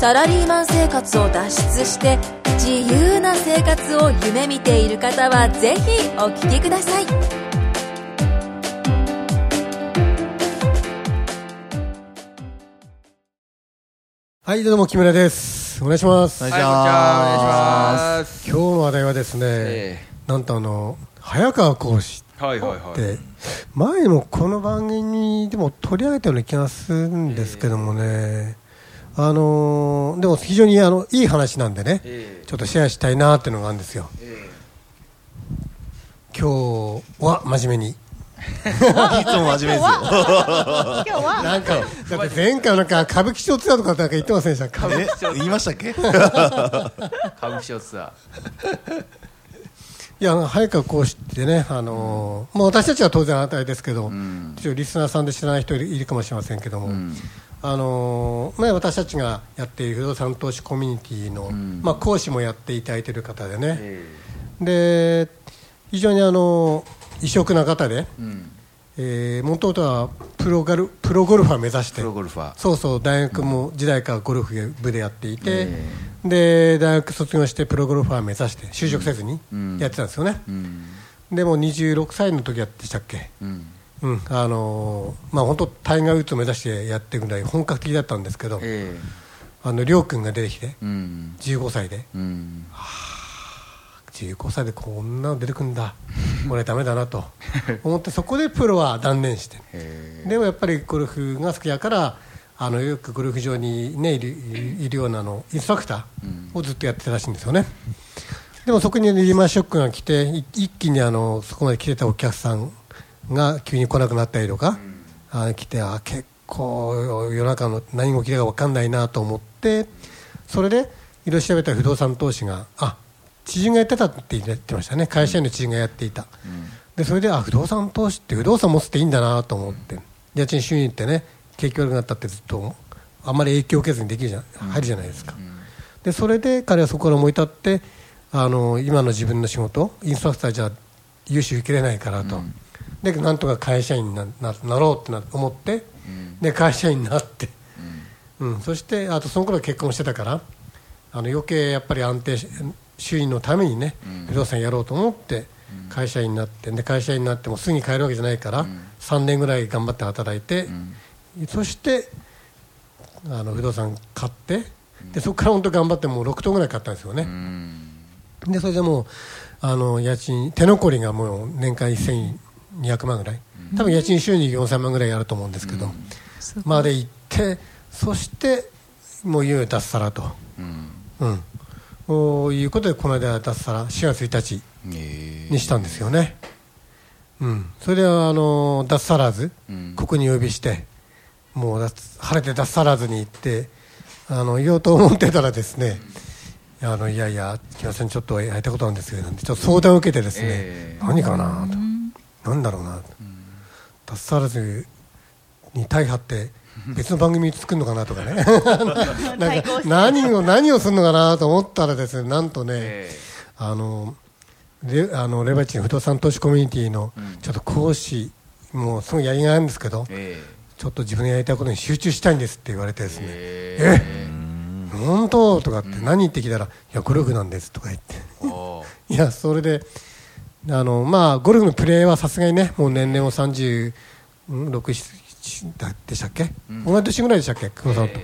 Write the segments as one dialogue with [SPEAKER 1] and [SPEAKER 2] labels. [SPEAKER 1] サラリーマン生活を脱出して自由な生活を夢見ている方はぜひお聞きください
[SPEAKER 2] はい、どうも木村です。お願いします。
[SPEAKER 3] はい、
[SPEAKER 2] 今
[SPEAKER 3] こんにちはお願いします。
[SPEAKER 2] 日の話題はですね、
[SPEAKER 3] え
[SPEAKER 2] なんとあの早川講師
[SPEAKER 3] えはいはいは
[SPEAKER 2] っ
[SPEAKER 3] い。
[SPEAKER 2] て前にもこの番組でも取り上げたような気がするんですけどもね、あのーでも非常にあのいい話なんでね、
[SPEAKER 3] ええ
[SPEAKER 2] ちょっとシェアしたいなっていうのがあるんですよ。
[SPEAKER 3] え
[SPEAKER 2] 今日は真面目に。
[SPEAKER 4] いつも真面目ですよ。
[SPEAKER 2] なんかだって前回なんか歌舞伎町ツアーとかなんか言ってませんでしたか。
[SPEAKER 4] え言いましたっけ？
[SPEAKER 3] え歌舞伎町ツア
[SPEAKER 2] いや早川講師ってね、あのーまあ、私たちは当然あなたですけど、
[SPEAKER 3] ん
[SPEAKER 2] 一応リスナーさんで知らない人いるいるかもしれませんけども、あのーまあ、私たちがやっている不動産投資コミュニティの、まあ、講師もやっていただいている方で
[SPEAKER 3] ー。
[SPEAKER 2] ね、
[SPEAKER 3] え
[SPEAKER 2] で非常に、あのー異色な方で、
[SPEAKER 3] えうん。
[SPEAKER 2] えー、元々はプロガルプロゴルファー目指して
[SPEAKER 3] プロゴルファー。
[SPEAKER 2] そうそう大学も時代からゴルフ部でやっていて、
[SPEAKER 3] え
[SPEAKER 2] で大学卒業してプロゴルファー目指して就職せずにやってたんですよね。
[SPEAKER 3] うん。
[SPEAKER 2] でも26歳の時やってしたっけ、
[SPEAKER 3] うん。
[SPEAKER 2] うんあのーまあ、本当、タイガー・ウッズを目指してやってるぐらい本格的だったんですけど、
[SPEAKER 3] え
[SPEAKER 2] あのりょう君が出てきて
[SPEAKER 3] え、うん。
[SPEAKER 2] 15歳で、
[SPEAKER 3] うん。
[SPEAKER 2] 15歳でこんなの出てくんだ、俺、だめだなと思って、そこでプロは断念して、
[SPEAKER 3] え
[SPEAKER 2] でもやっぱりゴルフが好きだから、あのよくゴルフ場に、ね、いるいるようなあのインストラクターをずっとやってたらしいんですよね。でもそこにリーマンショックが来てい一気にあのそこまで来てたお客さんが急に来なくなったりとか、あ来てあ結構夜中の何が起きるか分かんないなと思ってそれでいろいろ調べたら不動産投資があ知人がやってたって言ってましたね会社員の知人がやっていた、でそれであ不動産投資って不動産持つっていいんだなと思って、家賃収入ってね景気悪くなったってずっとあんまり影響を受けずにできるじゃん、入るじゃないですか。でそれで彼はそこから思い立ってあの今の自分の仕事インストラクターじゃ融資受けれないからと、でなんとか会社員になななろうってな思って、で会社員になって、うんそしてあとその頃は結婚してたからあの余計やっぱり安定し収入のためにね、不動産やろうと思って会社員になってで会社員になってもすぐに帰るわけじゃないから、3年ぐらい頑張って働いて、そしてあの不動産買ってでそこから本当頑張ってもう6棟ぐらい買ったんですよね、でそれでもうあの家賃手残りがもう年間1200万ぐらい多分家賃収入4000万ぐらいあると思うんですけど、まで行ってそしてもういよいよ脱サラと、うんこういうことでこの間脱サラ4月1日
[SPEAKER 3] え
[SPEAKER 2] にしたんですよね、うん、それであの脱サラーズ、ここにお呼びしてもう脱晴れて脱サラーズに行ってあの言おうと思ってたらですねあのいやいや、木村さんにちょっとやりたいことあるんですけどなんてちょっと相談を受けてですね、
[SPEAKER 3] ええ
[SPEAKER 2] 何かなと、なんだろうなと、脱サラーズに大破って別の番組作るのかなと かねなんか何を何をするのかなと思ったらですねなんとね、
[SPEAKER 3] ええ
[SPEAKER 2] あのレあのレバチの不動産投資コミュニティのちょっと講師、もうすごいやりがいあるんですけど、
[SPEAKER 3] え
[SPEAKER 2] ちょっと自分のやりたいことに集中したいんですって言われてですね、
[SPEAKER 3] え
[SPEAKER 2] え本当とかって何言ってきたら、いやゴルフなんですとか言って
[SPEAKER 3] えおー
[SPEAKER 2] いやそれであの、まあ、ゴルフのプレーはさすがにねもう年齢も36、7だでしたっけ、同じ年ぐらいでしたっけ久保さんと、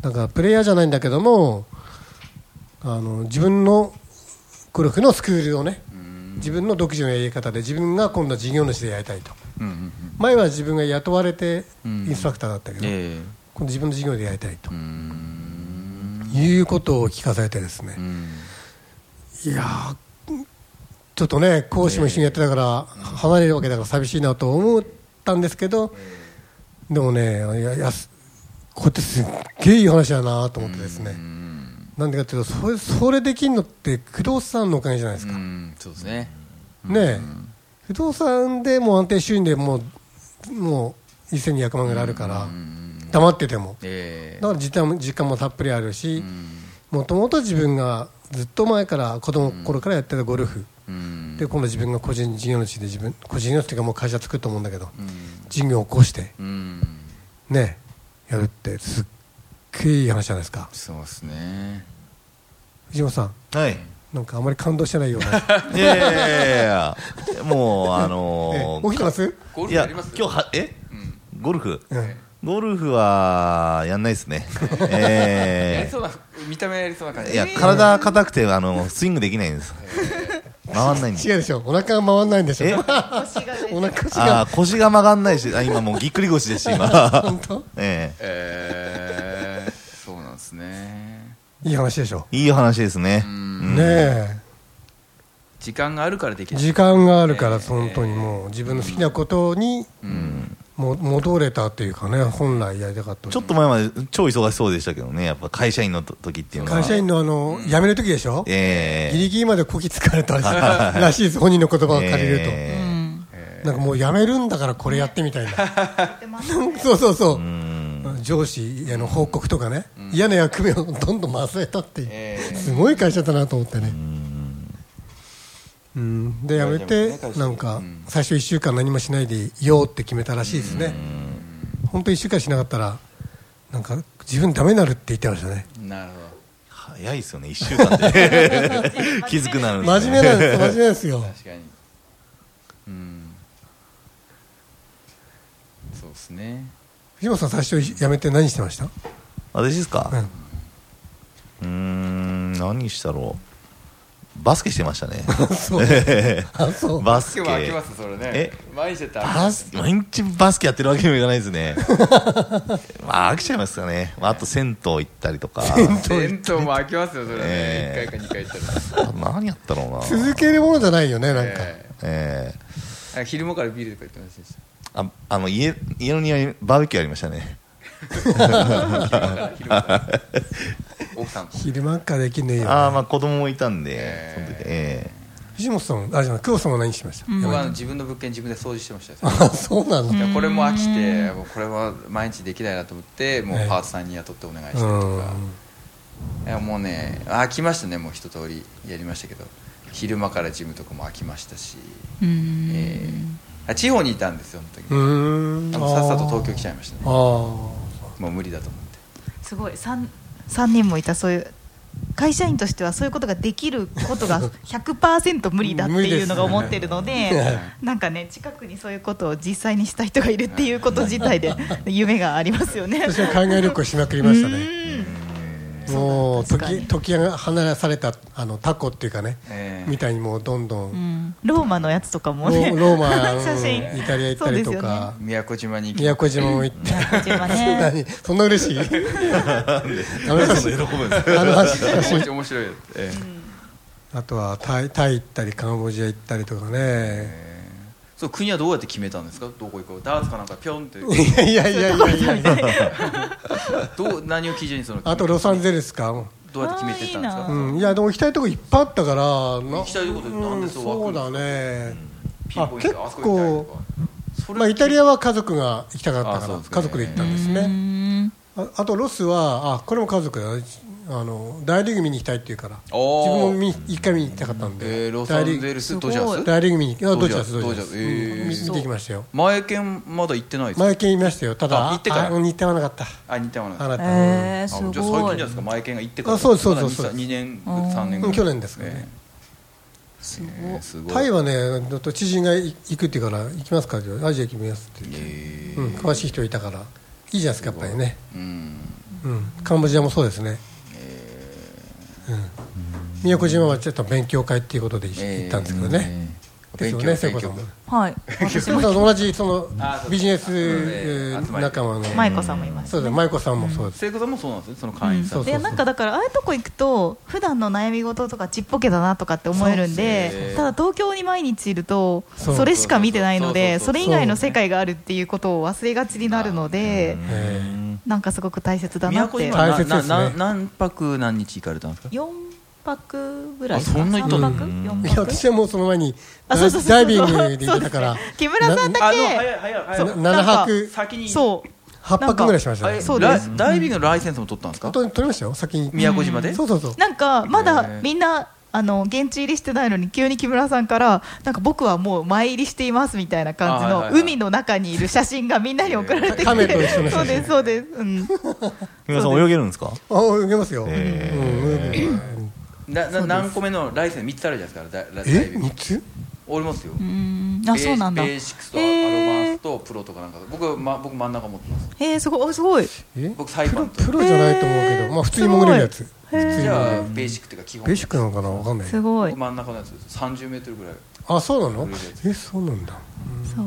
[SPEAKER 2] だからプレイヤーじゃないんだけどもあの自分のゴルフのスクールをね自分の独自のやり方で自分が今度は事業主でやりたいと、
[SPEAKER 3] うんうん
[SPEAKER 2] 前は自分が雇われてインストラクターだったけ
[SPEAKER 3] うん。
[SPEAKER 2] ど、
[SPEAKER 3] え
[SPEAKER 2] 今度自分の事業でやりたいと
[SPEAKER 3] え。うーん。
[SPEAKER 2] いうことを聞かされてですね、
[SPEAKER 3] うん。
[SPEAKER 2] いやーちょっとね講師も一緒にやってたから、離れるわけだから寂しいなと思ったんですけど、でもねいやいやすこうやってすっげえいい話だなと思ってですね、なんでかというとそれそれできるのって不動産のおかげじゃないです
[SPEAKER 3] う
[SPEAKER 2] か、
[SPEAKER 3] ん。そうですね。
[SPEAKER 2] ねえ不動産でもう安定収入でもうもう1200万ぐらいあるから黙ってても
[SPEAKER 3] え
[SPEAKER 2] だ
[SPEAKER 3] え
[SPEAKER 2] から時間も時間もたっぷりあるし
[SPEAKER 3] うん
[SPEAKER 2] もともと自分がずっと前から子供の頃からやってたゴルフ
[SPEAKER 3] うん
[SPEAKER 2] で今度自分が個人事業主で自分個人事業主っていうかもう会社作ると思うんだけど
[SPEAKER 3] うん
[SPEAKER 2] 事業を起こして
[SPEAKER 3] うん
[SPEAKER 2] ねやるってすっげえいい話じゃないですか
[SPEAKER 3] そうですね
[SPEAKER 2] 藤本さん
[SPEAKER 4] はい。
[SPEAKER 2] なんかあまり感動してないような
[SPEAKER 4] いやいやいやいやいやもう、あの
[SPEAKER 2] 起きてます
[SPEAKER 3] ゴ
[SPEAKER 4] い
[SPEAKER 3] ルフや
[SPEAKER 4] や、
[SPEAKER 3] ります
[SPEAKER 4] 今日は、え
[SPEAKER 3] うん
[SPEAKER 4] ゴルフ
[SPEAKER 2] うん
[SPEAKER 4] ゴルフは、やんないですね。えー
[SPEAKER 3] やりそうな見た目やりそうな感じ
[SPEAKER 4] いや、体硬くて、あの、スイングできないんです。回んないんです。
[SPEAKER 2] 違うでしょお腹が回らないんでし
[SPEAKER 4] え
[SPEAKER 2] ょお腹
[SPEAKER 4] あ
[SPEAKER 2] が
[SPEAKER 4] ー腰が曲がんないし、あ、今もうぎっくり腰ですし、今。
[SPEAKER 2] 本当
[SPEAKER 4] え
[SPEAKER 3] ええそうなんですね
[SPEAKER 2] いい話でしょ
[SPEAKER 4] えいい話ですね。
[SPEAKER 3] うん
[SPEAKER 2] ね
[SPEAKER 3] 時間があるからでき
[SPEAKER 2] え
[SPEAKER 3] る
[SPEAKER 2] 時間があるから
[SPEAKER 3] ええ
[SPEAKER 2] 本当にもう自分の好きなことに
[SPEAKER 3] うん
[SPEAKER 2] も戻れたっていうかね本来やりたかった
[SPEAKER 4] ちょっと前まで超忙しそうでしたけどね、やっぱ会社員の時っていうのは。
[SPEAKER 2] 会社員
[SPEAKER 4] の
[SPEAKER 2] のあの辞める時でしょ
[SPEAKER 4] ええ
[SPEAKER 2] ギリギリまでこき疲れたらしいらしいです本人の言葉を借りると、
[SPEAKER 4] え
[SPEAKER 5] う
[SPEAKER 4] え
[SPEAKER 5] ん
[SPEAKER 2] なんかもう辞めるんだからこれやってみたいな
[SPEAKER 5] やってますね
[SPEAKER 2] そうそうそう
[SPEAKER 4] う、ん
[SPEAKER 2] 上司への報告とかね、嫌な役目をどんどん忘れたっていう、
[SPEAKER 3] ええ
[SPEAKER 2] すごい会社だなと思ってね、うん、で辞めて
[SPEAKER 3] 大丈夫ですね会社
[SPEAKER 2] なんか
[SPEAKER 3] うん
[SPEAKER 2] 最初1週間何もしないでいようって決めたらしいですね本当1週間しなかったらなんか自分ダメになるって言ってましたね
[SPEAKER 3] なるほど
[SPEAKER 4] 早いですよね、一週間で。 気づくなるんです
[SPEAKER 2] 真
[SPEAKER 4] ね
[SPEAKER 2] 面目なんです真面目ですよ
[SPEAKER 3] 確かにうんそうですね
[SPEAKER 2] 藤本さん最初辞めて何してました、
[SPEAKER 4] 私ですか
[SPEAKER 2] うん
[SPEAKER 4] うーん、何したろう。バスケしてました ね。
[SPEAKER 2] そうあそう
[SPEAKER 4] バスケ
[SPEAKER 3] 今。日は開けますそれね
[SPEAKER 4] え
[SPEAKER 3] 毎日やったら
[SPEAKER 4] バス毎日バスケやってるわけにもいかないです ね。まあ飽きちゃいますかね。まあ、あと銭湯行ったりとか。
[SPEAKER 3] 弁当も開けますよそれね、
[SPEAKER 4] ええ
[SPEAKER 3] 1回か2回行ったら、
[SPEAKER 4] あと何やったろうな。
[SPEAKER 2] 続けるものじゃないよねなんか、
[SPEAKER 3] え
[SPEAKER 4] ええ
[SPEAKER 3] えなんか昼間からビールとか言ってませんでし
[SPEAKER 4] ああの家家の庭にバーベキューありましたね。
[SPEAKER 3] た昼間から奥さんと
[SPEAKER 2] 昼間っからできんのいいよね
[SPEAKER 4] ああまあ子供もいたんで、
[SPEAKER 3] ええ
[SPEAKER 4] その時え
[SPEAKER 2] 藤本さんあじゃない久保さんは何してました、
[SPEAKER 3] 僕はあの自分の物件自分で掃除してました よ
[SPEAKER 2] あそうなの、
[SPEAKER 3] いやこれも飽きてもうこれは毎日できないなと思ってもうパートさんに雇ってお願いしたりとか、いやもうね飽きましたねもう一通りやりましたけど昼間からジムとかも飽きましたし、
[SPEAKER 5] うん
[SPEAKER 3] ええあ地方にいたんですよその時、
[SPEAKER 2] うん
[SPEAKER 3] あのさっさと東京来ちゃいました
[SPEAKER 2] あ
[SPEAKER 3] ね
[SPEAKER 2] ー
[SPEAKER 3] もう無理だと思って
[SPEAKER 5] すごい三三人もいたそういう会社員としてはそういうことができること が100%無理だっていうのが思ってるので
[SPEAKER 2] 無理ですよ
[SPEAKER 5] なんかね近くにそういうことを実際にした人がいるっていうこと自体 で夢がありますよね。
[SPEAKER 2] 私は海外旅行しまくりましたね
[SPEAKER 5] ね。
[SPEAKER 2] もう
[SPEAKER 5] そうだ確か
[SPEAKER 2] 時
[SPEAKER 5] に
[SPEAKER 2] 時が離されたあのタコっていうかね、
[SPEAKER 3] ええ
[SPEAKER 2] みたいにもうどんど、
[SPEAKER 5] うんんローマのやつとか
[SPEAKER 2] ロ
[SPEAKER 5] もね。
[SPEAKER 2] ーローマ
[SPEAKER 5] 写
[SPEAKER 2] うん
[SPEAKER 5] 真
[SPEAKER 2] イタリア行ったりと か、
[SPEAKER 3] 宮古島に行き
[SPEAKER 2] 宮古島も行って、
[SPEAKER 5] 宮古島ね。
[SPEAKER 2] 何そんな嬉しいあの
[SPEAKER 4] え
[SPEAKER 2] 話
[SPEAKER 4] 喜ぶんです。
[SPEAKER 2] あの話
[SPEAKER 3] 面白い、ええ
[SPEAKER 2] あとはタイタイ行ったりカンボジア行ったりとかね
[SPEAKER 3] ええそう国はどうやって決めたんですかどこ行こうダーツかなんかピョンって
[SPEAKER 2] いやいやいやいやいやいや
[SPEAKER 3] どう何を基準にその
[SPEAKER 2] あとロサンゼルスか、
[SPEAKER 3] どうやって決めてったんです
[SPEAKER 5] あ
[SPEAKER 3] か
[SPEAKER 5] ー
[SPEAKER 2] う、ん、いやでも行きたいとこいっぱいあったから行
[SPEAKER 3] 行きたいとこってなんでそう
[SPEAKER 2] そ
[SPEAKER 3] 湧く
[SPEAKER 2] うんだ
[SPEAKER 3] ですか
[SPEAKER 2] ね、
[SPEAKER 3] ピンポイントで
[SPEAKER 2] あ
[SPEAKER 3] あそこ行きたいとかそれ
[SPEAKER 2] まあ、イタリ
[SPEAKER 3] ア
[SPEAKER 2] アは家族が行きたかった
[SPEAKER 3] あ
[SPEAKER 2] か
[SPEAKER 3] そ
[SPEAKER 2] ら、
[SPEAKER 3] うですね
[SPEAKER 2] 家族で行ったんです
[SPEAKER 5] う
[SPEAKER 2] ね
[SPEAKER 5] ん
[SPEAKER 2] ああとロスはあこれも家族だなあの大リーグ見に行きたいっていうから自
[SPEAKER 3] おー
[SPEAKER 2] 分も見一回見に行きたかったんで、
[SPEAKER 3] えーロサン
[SPEAKER 2] 大リ
[SPEAKER 3] ゼ
[SPEAKER 2] ーグ
[SPEAKER 3] ルスドジャース
[SPEAKER 2] 大リーグ見にあド
[SPEAKER 3] ド
[SPEAKER 2] ジ
[SPEAKER 3] ジ
[SPEAKER 2] ャー
[SPEAKER 3] ャー
[SPEAKER 2] ス
[SPEAKER 3] ス
[SPEAKER 2] ドジャース
[SPEAKER 3] ドジャース
[SPEAKER 2] うん
[SPEAKER 3] えー
[SPEAKER 2] 見見てきましたよ
[SPEAKER 3] 前券まだ行ってないですか
[SPEAKER 2] 前見ましたよただ
[SPEAKER 3] あ行ってから
[SPEAKER 2] あ似てはなかった
[SPEAKER 3] あ似たような
[SPEAKER 2] あなた、
[SPEAKER 5] えー
[SPEAKER 3] あ
[SPEAKER 5] す
[SPEAKER 3] じゃあ最近じゃ
[SPEAKER 5] ご
[SPEAKER 3] ない
[SPEAKER 5] い
[SPEAKER 3] で。すか前券が行ってから
[SPEAKER 2] あそうですそうですそうです
[SPEAKER 3] 2年3年
[SPEAKER 2] う
[SPEAKER 3] ぐら
[SPEAKER 2] ん
[SPEAKER 3] い
[SPEAKER 2] 去年ですかね
[SPEAKER 5] すごい
[SPEAKER 3] えーすごい
[SPEAKER 2] タイはねちょっと知人が行くっていうから行きますかって言うからアジア行きますって言って、
[SPEAKER 3] え
[SPEAKER 2] うん、詳しい人いたからいいじゃないですかやっぱりね
[SPEAKER 3] ーうん
[SPEAKER 2] うん、カンボジアもそうですね、うん、宮古島はちょっと勉強会っていうことで行
[SPEAKER 3] えー
[SPEAKER 2] 行ったんですけどね、
[SPEAKER 3] えー勉強
[SPEAKER 2] ですよね聖子さんも
[SPEAKER 3] 勉
[SPEAKER 5] はい。
[SPEAKER 2] 聖子さんと同じその
[SPEAKER 3] あそう
[SPEAKER 2] ビジネス
[SPEAKER 3] そうですね
[SPEAKER 2] えー仲間の
[SPEAKER 5] 舞子さんもいました
[SPEAKER 2] そうだ舞子さんもそうです、
[SPEAKER 3] 聖子さんもそうなんですねその会員さ
[SPEAKER 2] そ
[SPEAKER 3] ん
[SPEAKER 2] う
[SPEAKER 5] いやなんかだからああいうとこ行くと普段の悩み事とかちっぽけだなとかって思えるん
[SPEAKER 3] そうそう
[SPEAKER 5] で
[SPEAKER 3] そう
[SPEAKER 5] ただ東京に毎日いると
[SPEAKER 2] そう
[SPEAKER 5] それしか見てないので
[SPEAKER 3] そ
[SPEAKER 5] そう
[SPEAKER 3] そうそう
[SPEAKER 5] れ以外の世界があるっていうことを忘れがちになるので
[SPEAKER 2] えー
[SPEAKER 5] なんかすごく大切だな
[SPEAKER 3] 宮
[SPEAKER 5] っ
[SPEAKER 3] 古
[SPEAKER 5] て
[SPEAKER 3] 島は
[SPEAKER 2] 大切ですね
[SPEAKER 3] ななな何泊何日行かれたんですか
[SPEAKER 5] 4泊ぐら
[SPEAKER 4] あ
[SPEAKER 5] い
[SPEAKER 4] そんな行ったの
[SPEAKER 5] 3泊
[SPEAKER 4] うん
[SPEAKER 5] 4
[SPEAKER 2] いや
[SPEAKER 5] 泊
[SPEAKER 2] 私はもうその前に
[SPEAKER 5] あそうそうそうそう
[SPEAKER 2] ダイビングで行ってたから
[SPEAKER 5] そうですね 木村さんだ
[SPEAKER 2] な
[SPEAKER 5] け
[SPEAKER 6] あの早い早い早い
[SPEAKER 2] な7泊
[SPEAKER 6] 先に
[SPEAKER 5] そう
[SPEAKER 2] 8泊ぐらいしました
[SPEAKER 3] あ
[SPEAKER 2] ね
[SPEAKER 3] え
[SPEAKER 5] そうです
[SPEAKER 3] ラダイビングのライセンスも取ったんですか
[SPEAKER 2] と取りましたよ先に
[SPEAKER 3] 宮古島で
[SPEAKER 2] そうそうそう
[SPEAKER 5] なんかま
[SPEAKER 3] へ
[SPEAKER 5] だ
[SPEAKER 3] ー
[SPEAKER 5] みんなあの現地入りしてないのに急に木村さんからなんか僕はもう前入りしていますみたいな感じ
[SPEAKER 3] あはい
[SPEAKER 5] の
[SPEAKER 3] はいはい
[SPEAKER 5] 海の中にいる写真がみんなに送られてきて、
[SPEAKER 2] 亀と一緒の写真
[SPEAKER 5] そうですそうです、うん、
[SPEAKER 4] 皆さん泳げるんですか
[SPEAKER 2] あ泳げますよ、
[SPEAKER 4] へー
[SPEAKER 2] うん泳げる
[SPEAKER 3] なな何個目のライセンス3つあるじゃないですかラダイ
[SPEAKER 2] え
[SPEAKER 3] ビング
[SPEAKER 2] 三つ
[SPEAKER 3] 俺持ってよ
[SPEAKER 5] うんあ
[SPEAKER 3] ベー
[SPEAKER 5] そうなんだ
[SPEAKER 3] ベ
[SPEAKER 5] へ
[SPEAKER 3] ーシックスとアドバンスとプロとかなんか僕,、ま、僕真ん中持ってます
[SPEAKER 5] えすごいおすごい
[SPEAKER 2] え
[SPEAKER 3] 僕サイバンと
[SPEAKER 2] プロプロじゃないと思うけ
[SPEAKER 5] へー
[SPEAKER 2] ど、まあ、普通に潜れるやつ
[SPEAKER 5] す
[SPEAKER 2] 普
[SPEAKER 5] ごいへー
[SPEAKER 2] 通に
[SPEAKER 3] じゃあ
[SPEAKER 2] 潜れる
[SPEAKER 3] ベーシックっていうか基本
[SPEAKER 2] ベーシックなのかなわかんない
[SPEAKER 5] すごい
[SPEAKER 3] 僕真ん中のやつです30メートルぐらい
[SPEAKER 2] あそうなの
[SPEAKER 3] 潜れるやつ
[SPEAKER 2] えそうなんだ
[SPEAKER 5] そう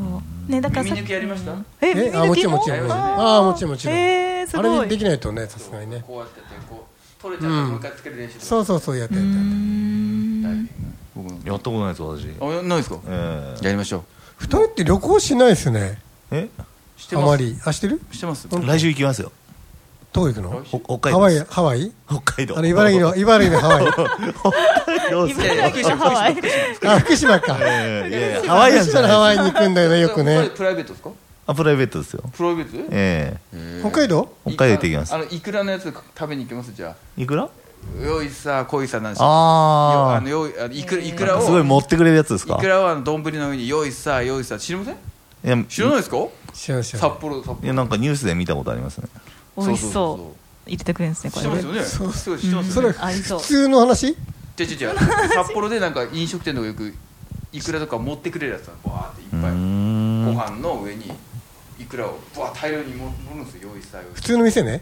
[SPEAKER 5] ねだから
[SPEAKER 3] 耳抜きやりました
[SPEAKER 5] え
[SPEAKER 2] え
[SPEAKER 5] 耳
[SPEAKER 2] あ
[SPEAKER 5] 抜
[SPEAKER 2] もち
[SPEAKER 5] き
[SPEAKER 2] ろんも
[SPEAKER 5] も
[SPEAKER 2] ちろんもちろん
[SPEAKER 5] あー
[SPEAKER 2] あもちろんもちろん
[SPEAKER 5] へえすご
[SPEAKER 2] あれ
[SPEAKER 5] い
[SPEAKER 2] できないとねさすがにね
[SPEAKER 3] こうやってやってこう取れちゃったらもう一回つける練習とか
[SPEAKER 2] そうそうそうやって
[SPEAKER 5] う
[SPEAKER 2] やってやって
[SPEAKER 5] ん
[SPEAKER 3] ダイビング僕の
[SPEAKER 4] やったことないです私
[SPEAKER 3] あやんないですか
[SPEAKER 4] え
[SPEAKER 3] やりましょう
[SPEAKER 2] 二人って旅行しないですね
[SPEAKER 4] え
[SPEAKER 3] して
[SPEAKER 2] あ
[SPEAKER 3] ま
[SPEAKER 2] ますりあしてる
[SPEAKER 3] してます
[SPEAKER 4] え来週行きますよ
[SPEAKER 2] どこ行くの
[SPEAKER 4] ほ北
[SPEAKER 2] ハワ
[SPEAKER 4] 海
[SPEAKER 2] イ
[SPEAKER 4] 道です
[SPEAKER 2] ハワイ
[SPEAKER 4] 北海道
[SPEAKER 2] あの茨城の茨城のハワイ
[SPEAKER 4] どうす
[SPEAKER 5] 今
[SPEAKER 4] る
[SPEAKER 5] だけハワイ
[SPEAKER 2] あ福島か
[SPEAKER 4] え えいやいやハ
[SPEAKER 2] ハ
[SPEAKER 4] ワ
[SPEAKER 2] ワ
[SPEAKER 4] イ
[SPEAKER 2] イ
[SPEAKER 4] ア
[SPEAKER 2] アン
[SPEAKER 4] ンじ
[SPEAKER 2] じ
[SPEAKER 4] ゃ
[SPEAKER 2] ゃ
[SPEAKER 4] ない
[SPEAKER 2] ハワイに行くんだよねよく
[SPEAKER 3] これ
[SPEAKER 2] ね
[SPEAKER 3] プライベートですか
[SPEAKER 4] あプライベートですよ
[SPEAKER 3] プライベートで
[SPEAKER 4] ええ
[SPEAKER 3] へー
[SPEAKER 2] 北海道
[SPEAKER 4] 北海道行ってきます
[SPEAKER 3] あのいくらのやつ食べに行きますじゃ
[SPEAKER 4] いくら
[SPEAKER 3] あよいさこいさなんでしょ
[SPEAKER 4] あ
[SPEAKER 3] あのよいあのいくらいくら
[SPEAKER 4] あ
[SPEAKER 3] を
[SPEAKER 4] すごい持ってくれるやつです
[SPEAKER 3] い
[SPEAKER 4] か
[SPEAKER 3] くらはあの丼の上によいさよいさ知りません
[SPEAKER 4] いや
[SPEAKER 3] 知らないですか
[SPEAKER 2] 知らん知らん
[SPEAKER 3] 札幌札
[SPEAKER 4] いや
[SPEAKER 3] 幌
[SPEAKER 4] なんかニュースで見たことありますね
[SPEAKER 5] 美味しそう入れてくれるんですねこ
[SPEAKER 3] 知っ
[SPEAKER 5] れ
[SPEAKER 3] てますよねすごい知ってます
[SPEAKER 2] そ
[SPEAKER 3] よ
[SPEAKER 2] れ
[SPEAKER 3] ね
[SPEAKER 5] 合いそう
[SPEAKER 2] 普通の話
[SPEAKER 3] 違う違う違う札幌でなんか飲食店とかよくいくらとか持ってくれるやつなのバーってい
[SPEAKER 4] う
[SPEAKER 3] っぱい
[SPEAKER 4] ん
[SPEAKER 3] ご飯の上にいくらをバー大量に盛るんですよ用意したよ
[SPEAKER 2] 普通の店ね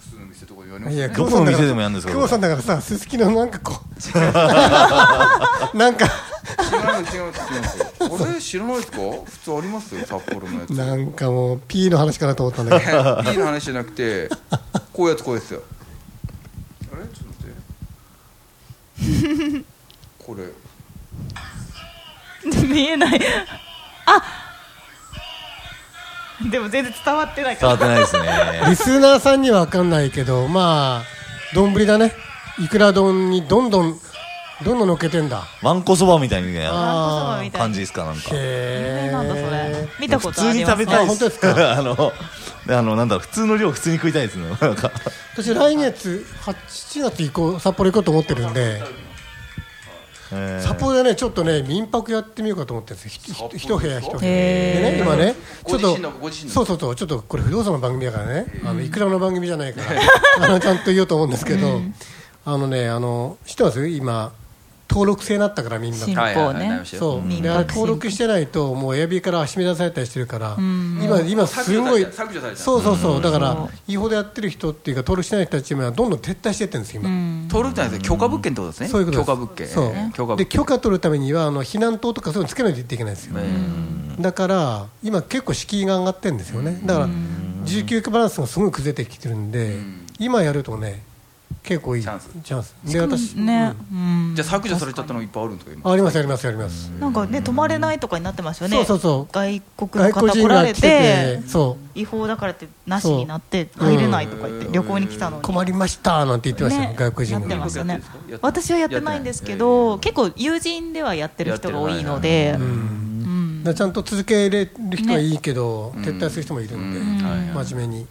[SPEAKER 3] 普通の店とか言われま
[SPEAKER 2] い
[SPEAKER 3] す
[SPEAKER 2] や
[SPEAKER 3] ね
[SPEAKER 4] どこの店でもやるんですか
[SPEAKER 2] 久保さんだからさすすきのなんかこ うなんか
[SPEAKER 3] 知らない違う違う違うあれ知らないですか普通ありますよ札幌のやつ
[SPEAKER 2] なんかもう P の話かなと思ったんだけど
[SPEAKER 3] いいの話じゃなくてこういうやつこういうやつよあれちょっと待ってこれ
[SPEAKER 5] 見えないあでも全然伝わってないか
[SPEAKER 4] 伝わって
[SPEAKER 5] ら
[SPEAKER 4] ないですね
[SPEAKER 2] リスナーさんには分かんないけどまあ丼だねいくら丼にどんどんどんどんのっけてんだ
[SPEAKER 4] わんこそばみたいな
[SPEAKER 5] あ
[SPEAKER 2] あ
[SPEAKER 5] ーみたいな
[SPEAKER 4] 感じですかなんか
[SPEAKER 2] へえ
[SPEAKER 5] なんだそれ見たこ
[SPEAKER 4] 普
[SPEAKER 5] とあ
[SPEAKER 4] 通に
[SPEAKER 5] りま
[SPEAKER 4] 食
[SPEAKER 5] す
[SPEAKER 4] べたい
[SPEAKER 2] あ本当です
[SPEAKER 4] か あのあのなんだろう普通の量普通に食いたいですねなんか
[SPEAKER 2] 私来月8月以降札幌行こうと思ってるんで
[SPEAKER 4] え
[SPEAKER 2] 札幌でねちょっとね民泊やってみようかと思ってるんですひひひ一部屋一部屋で
[SPEAKER 5] へ
[SPEAKER 2] ね今ねち
[SPEAKER 3] ご
[SPEAKER 2] ょっと
[SPEAKER 3] 自身のご自身の
[SPEAKER 2] そうそうそうちょっとこれ不動産の番組だからねあのいくらの番組じゃないから あのちゃんと言おうと思うんですけどあのねあの知ってます今登録制になったからみんな
[SPEAKER 5] 進歩ね
[SPEAKER 3] はいはいはい
[SPEAKER 2] そう
[SPEAKER 5] 民
[SPEAKER 2] であれ
[SPEAKER 5] 泊
[SPEAKER 2] 登録してないともうエアビーから締め出されたりしてるから今今すごい
[SPEAKER 3] 削除された
[SPEAKER 2] そうそうそうだから
[SPEAKER 5] そ
[SPEAKER 2] 違法でやってる人っていうか登録してない人たちはどんどん撤退していってるんです今、
[SPEAKER 3] 登録じゃないですか許可物件ってことですね
[SPEAKER 2] そういうことです
[SPEAKER 3] 許可物件
[SPEAKER 2] そう、
[SPEAKER 3] 許可物
[SPEAKER 2] で
[SPEAKER 3] 件
[SPEAKER 2] 許可取るためにはあの避難灯とかそういうのつけないといけないんですよ、だから今結構敷居が上がってるんですよねだから19区バランスがすごい崩れてきてるんで、
[SPEAKER 3] ん
[SPEAKER 2] 今やるとね結構いい
[SPEAKER 3] チャンス
[SPEAKER 2] で私、
[SPEAKER 5] ね、うん
[SPEAKER 3] じゃあ削除されちゃったのいっぱいあるんですか今
[SPEAKER 2] ありますありますあります、
[SPEAKER 5] なんかね泊まれないとかになってますよね
[SPEAKER 2] そうそうそう
[SPEAKER 5] 外国の
[SPEAKER 2] 外国
[SPEAKER 5] 方来
[SPEAKER 2] 人
[SPEAKER 5] ら
[SPEAKER 2] が
[SPEAKER 5] れ
[SPEAKER 2] 来て
[SPEAKER 5] て
[SPEAKER 2] てそう
[SPEAKER 5] 違法だからってなし
[SPEAKER 2] そう
[SPEAKER 5] になって入れないとか言って
[SPEAKER 3] うん
[SPEAKER 5] 旅行に来たのに
[SPEAKER 2] 困りましたなんて言ってましたよ、
[SPEAKER 5] ね
[SPEAKER 2] 外国人
[SPEAKER 5] なって
[SPEAKER 2] が
[SPEAKER 5] ますよ
[SPEAKER 3] やっ
[SPEAKER 5] ね
[SPEAKER 3] てるんですか
[SPEAKER 5] 私はやってないんですけど、結構友人ではやってる人が多いので、
[SPEAKER 3] やっ
[SPEAKER 2] う
[SPEAKER 3] てるはいはいはい
[SPEAKER 2] ん
[SPEAKER 5] うん
[SPEAKER 2] だからちゃんと続けれる人はいいけど、撤退する人もいるんで、
[SPEAKER 3] うんはいはい
[SPEAKER 2] 真面目に、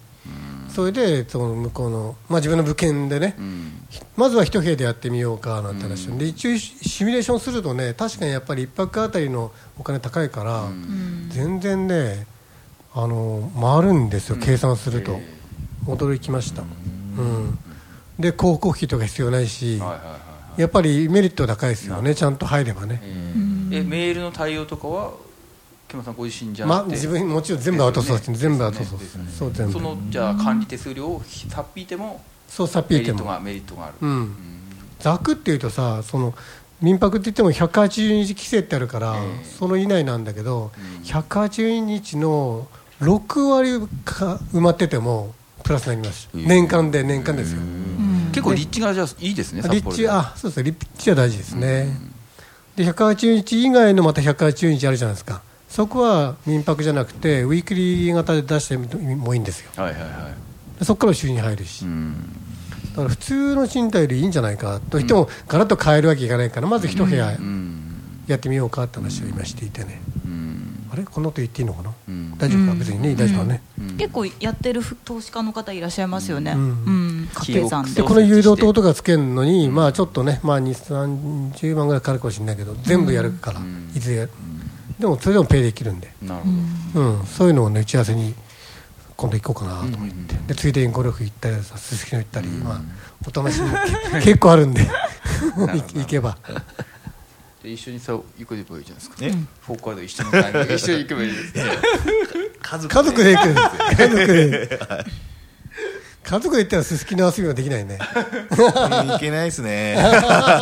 [SPEAKER 2] それでその向こうの、まあ、自分の物件でね、
[SPEAKER 3] うん
[SPEAKER 2] まずは一部屋でやってみようかなんて話を、で一応シミュレーションするとね確かにやっぱり一泊あたりのお金高いから、全然ねあの回るんですよ、計算すると、驚きました、うんで広告費とか必要ないし、
[SPEAKER 3] はいはいはい
[SPEAKER 2] やっぱりメリット高いですよねちゃんと入ればね、
[SPEAKER 3] えメールの対応とかは木村さんご自身じゃな
[SPEAKER 2] ま
[SPEAKER 3] く、て、
[SPEAKER 2] 自分もちろん全部アウトソース、
[SPEAKER 3] ですよね
[SPEAKER 2] 全部アウトソース、そう全部
[SPEAKER 3] そのじゃあ管理手数料をさっぴいても
[SPEAKER 2] そうさっぴ
[SPEAKER 3] メ
[SPEAKER 2] い
[SPEAKER 3] リ
[SPEAKER 2] て
[SPEAKER 3] ット
[SPEAKER 2] も
[SPEAKER 3] がメリットがある、
[SPEAKER 2] う
[SPEAKER 3] うん
[SPEAKER 2] んざくっていうとさその民泊って言っても180日規制ってあるから、その以内なんだけど、180日の6割か埋まっててもプラスになります、
[SPEAKER 3] うん
[SPEAKER 2] 年間で年間ですよ、
[SPEAKER 3] 結構立地がじゃあいいですね札幌
[SPEAKER 2] 立地
[SPEAKER 3] で
[SPEAKER 2] あそうですね立地は大事ですね、で180日以外のまた180日あるじゃないですかそこは民泊じゃなくてウィークリー型で出してもいいんですよ
[SPEAKER 3] はいはいはい、
[SPEAKER 2] でそこから収入入るし、
[SPEAKER 3] うん、
[SPEAKER 2] から普通の賃貸よりいいんじゃないかといっても、ガラッと変えるわけいかないからまず一部屋
[SPEAKER 3] うん
[SPEAKER 2] やってみようかって話を今していてね、
[SPEAKER 3] うん
[SPEAKER 2] あれこのこと言っていいのかな、
[SPEAKER 3] うん
[SPEAKER 2] 大丈夫か
[SPEAKER 5] うん
[SPEAKER 2] 別にね大丈夫かね、
[SPEAKER 3] うん
[SPEAKER 5] 結構やってる投資家の方いらっしゃいますよね。
[SPEAKER 2] う
[SPEAKER 5] うんん、掛け算
[SPEAKER 3] 記
[SPEAKER 2] で
[SPEAKER 5] で
[SPEAKER 3] 憶。
[SPEAKER 2] この誘導灯とかつけるのに、まあ、ちょっとね、まあ、2 3 0万ぐらいかかるかもしれないけど全部やるから、
[SPEAKER 3] うん
[SPEAKER 2] いずれでもそれでもペイできるんで、
[SPEAKER 3] なる
[SPEAKER 5] う
[SPEAKER 3] ほど
[SPEAKER 5] ん
[SPEAKER 2] うん、そういうのを、ね、打ち合わせに今度行こうかなと思って。
[SPEAKER 3] うん
[SPEAKER 2] でついでにゴルフ行ったりすすきの行ったり、まあ、お試しもけ 結構あるんで
[SPEAKER 3] ほど
[SPEAKER 2] い 行けば
[SPEAKER 3] で一緒にさ行けばいいじゃないですか
[SPEAKER 4] え
[SPEAKER 3] フォークワード一緒にタイミング一緒に行けばいいですね
[SPEAKER 4] 家族
[SPEAKER 2] 家族で行くんですよ家族で家族で行ったらすすきの遊びはできないね
[SPEAKER 4] いけないで すね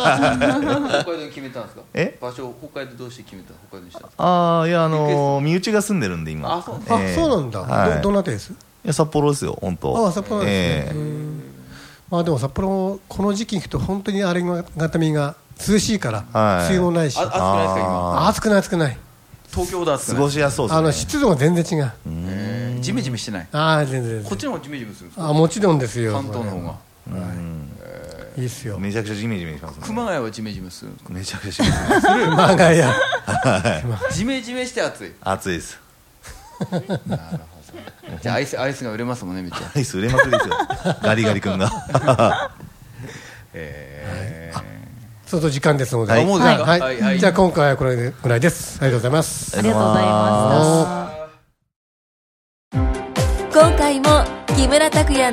[SPEAKER 3] 北海道に決めたんですか
[SPEAKER 4] え
[SPEAKER 3] 場所を北海道どうして決めた北海道にしたんですか
[SPEAKER 4] ああいやあ
[SPEAKER 3] リクエスト
[SPEAKER 4] の身内が住んでるんで今
[SPEAKER 3] あそう
[SPEAKER 2] あ、
[SPEAKER 4] ええ
[SPEAKER 2] そうなんだ、
[SPEAKER 4] はい
[SPEAKER 2] どどんな手です
[SPEAKER 4] いや札幌ですよ本当
[SPEAKER 2] あ札幌なんですね
[SPEAKER 4] え、え
[SPEAKER 2] うんまあでも札幌この時期に行くと本当にあれがたみが涼しいから、
[SPEAKER 4] はい
[SPEAKER 2] 梅雨もないし
[SPEAKER 3] あ暑くないですか今
[SPEAKER 4] あ
[SPEAKER 2] あ暑くない暑くない
[SPEAKER 3] 東京だっす
[SPEAKER 4] 過
[SPEAKER 3] ね
[SPEAKER 4] ごしやすそう
[SPEAKER 2] あの
[SPEAKER 4] ですね
[SPEAKER 2] 湿度が全然違う
[SPEAKER 3] えージメジメしてない
[SPEAKER 2] ああ全然全
[SPEAKER 3] こっ
[SPEAKER 2] 然
[SPEAKER 3] ちの方がジメジメするんですか
[SPEAKER 2] あもちろんですよ
[SPEAKER 3] 関東の方が
[SPEAKER 2] いいっすよ
[SPEAKER 4] めちゃくちゃジメジメしますね
[SPEAKER 3] 熊谷はジメジメするんですか
[SPEAKER 4] めちゃくちゃジメジメ
[SPEAKER 2] 熊谷
[SPEAKER 3] ジメジメして暑い
[SPEAKER 4] 暑いです
[SPEAKER 3] じゃあアイスアイスが売れますもんねめっちゃ
[SPEAKER 4] アイス売れまくりですよガリガリ君が
[SPEAKER 3] え
[SPEAKER 2] そうそう時間ですので、
[SPEAKER 4] はい
[SPEAKER 3] あもうですか
[SPEAKER 2] はい
[SPEAKER 3] はいはい
[SPEAKER 2] じゃあ今回はこれでぐらいですありがとうございます
[SPEAKER 5] ありがとうございま
[SPEAKER 1] 今回も木村拓哉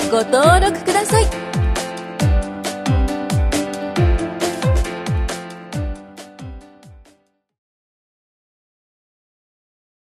[SPEAKER 1] ご登録ください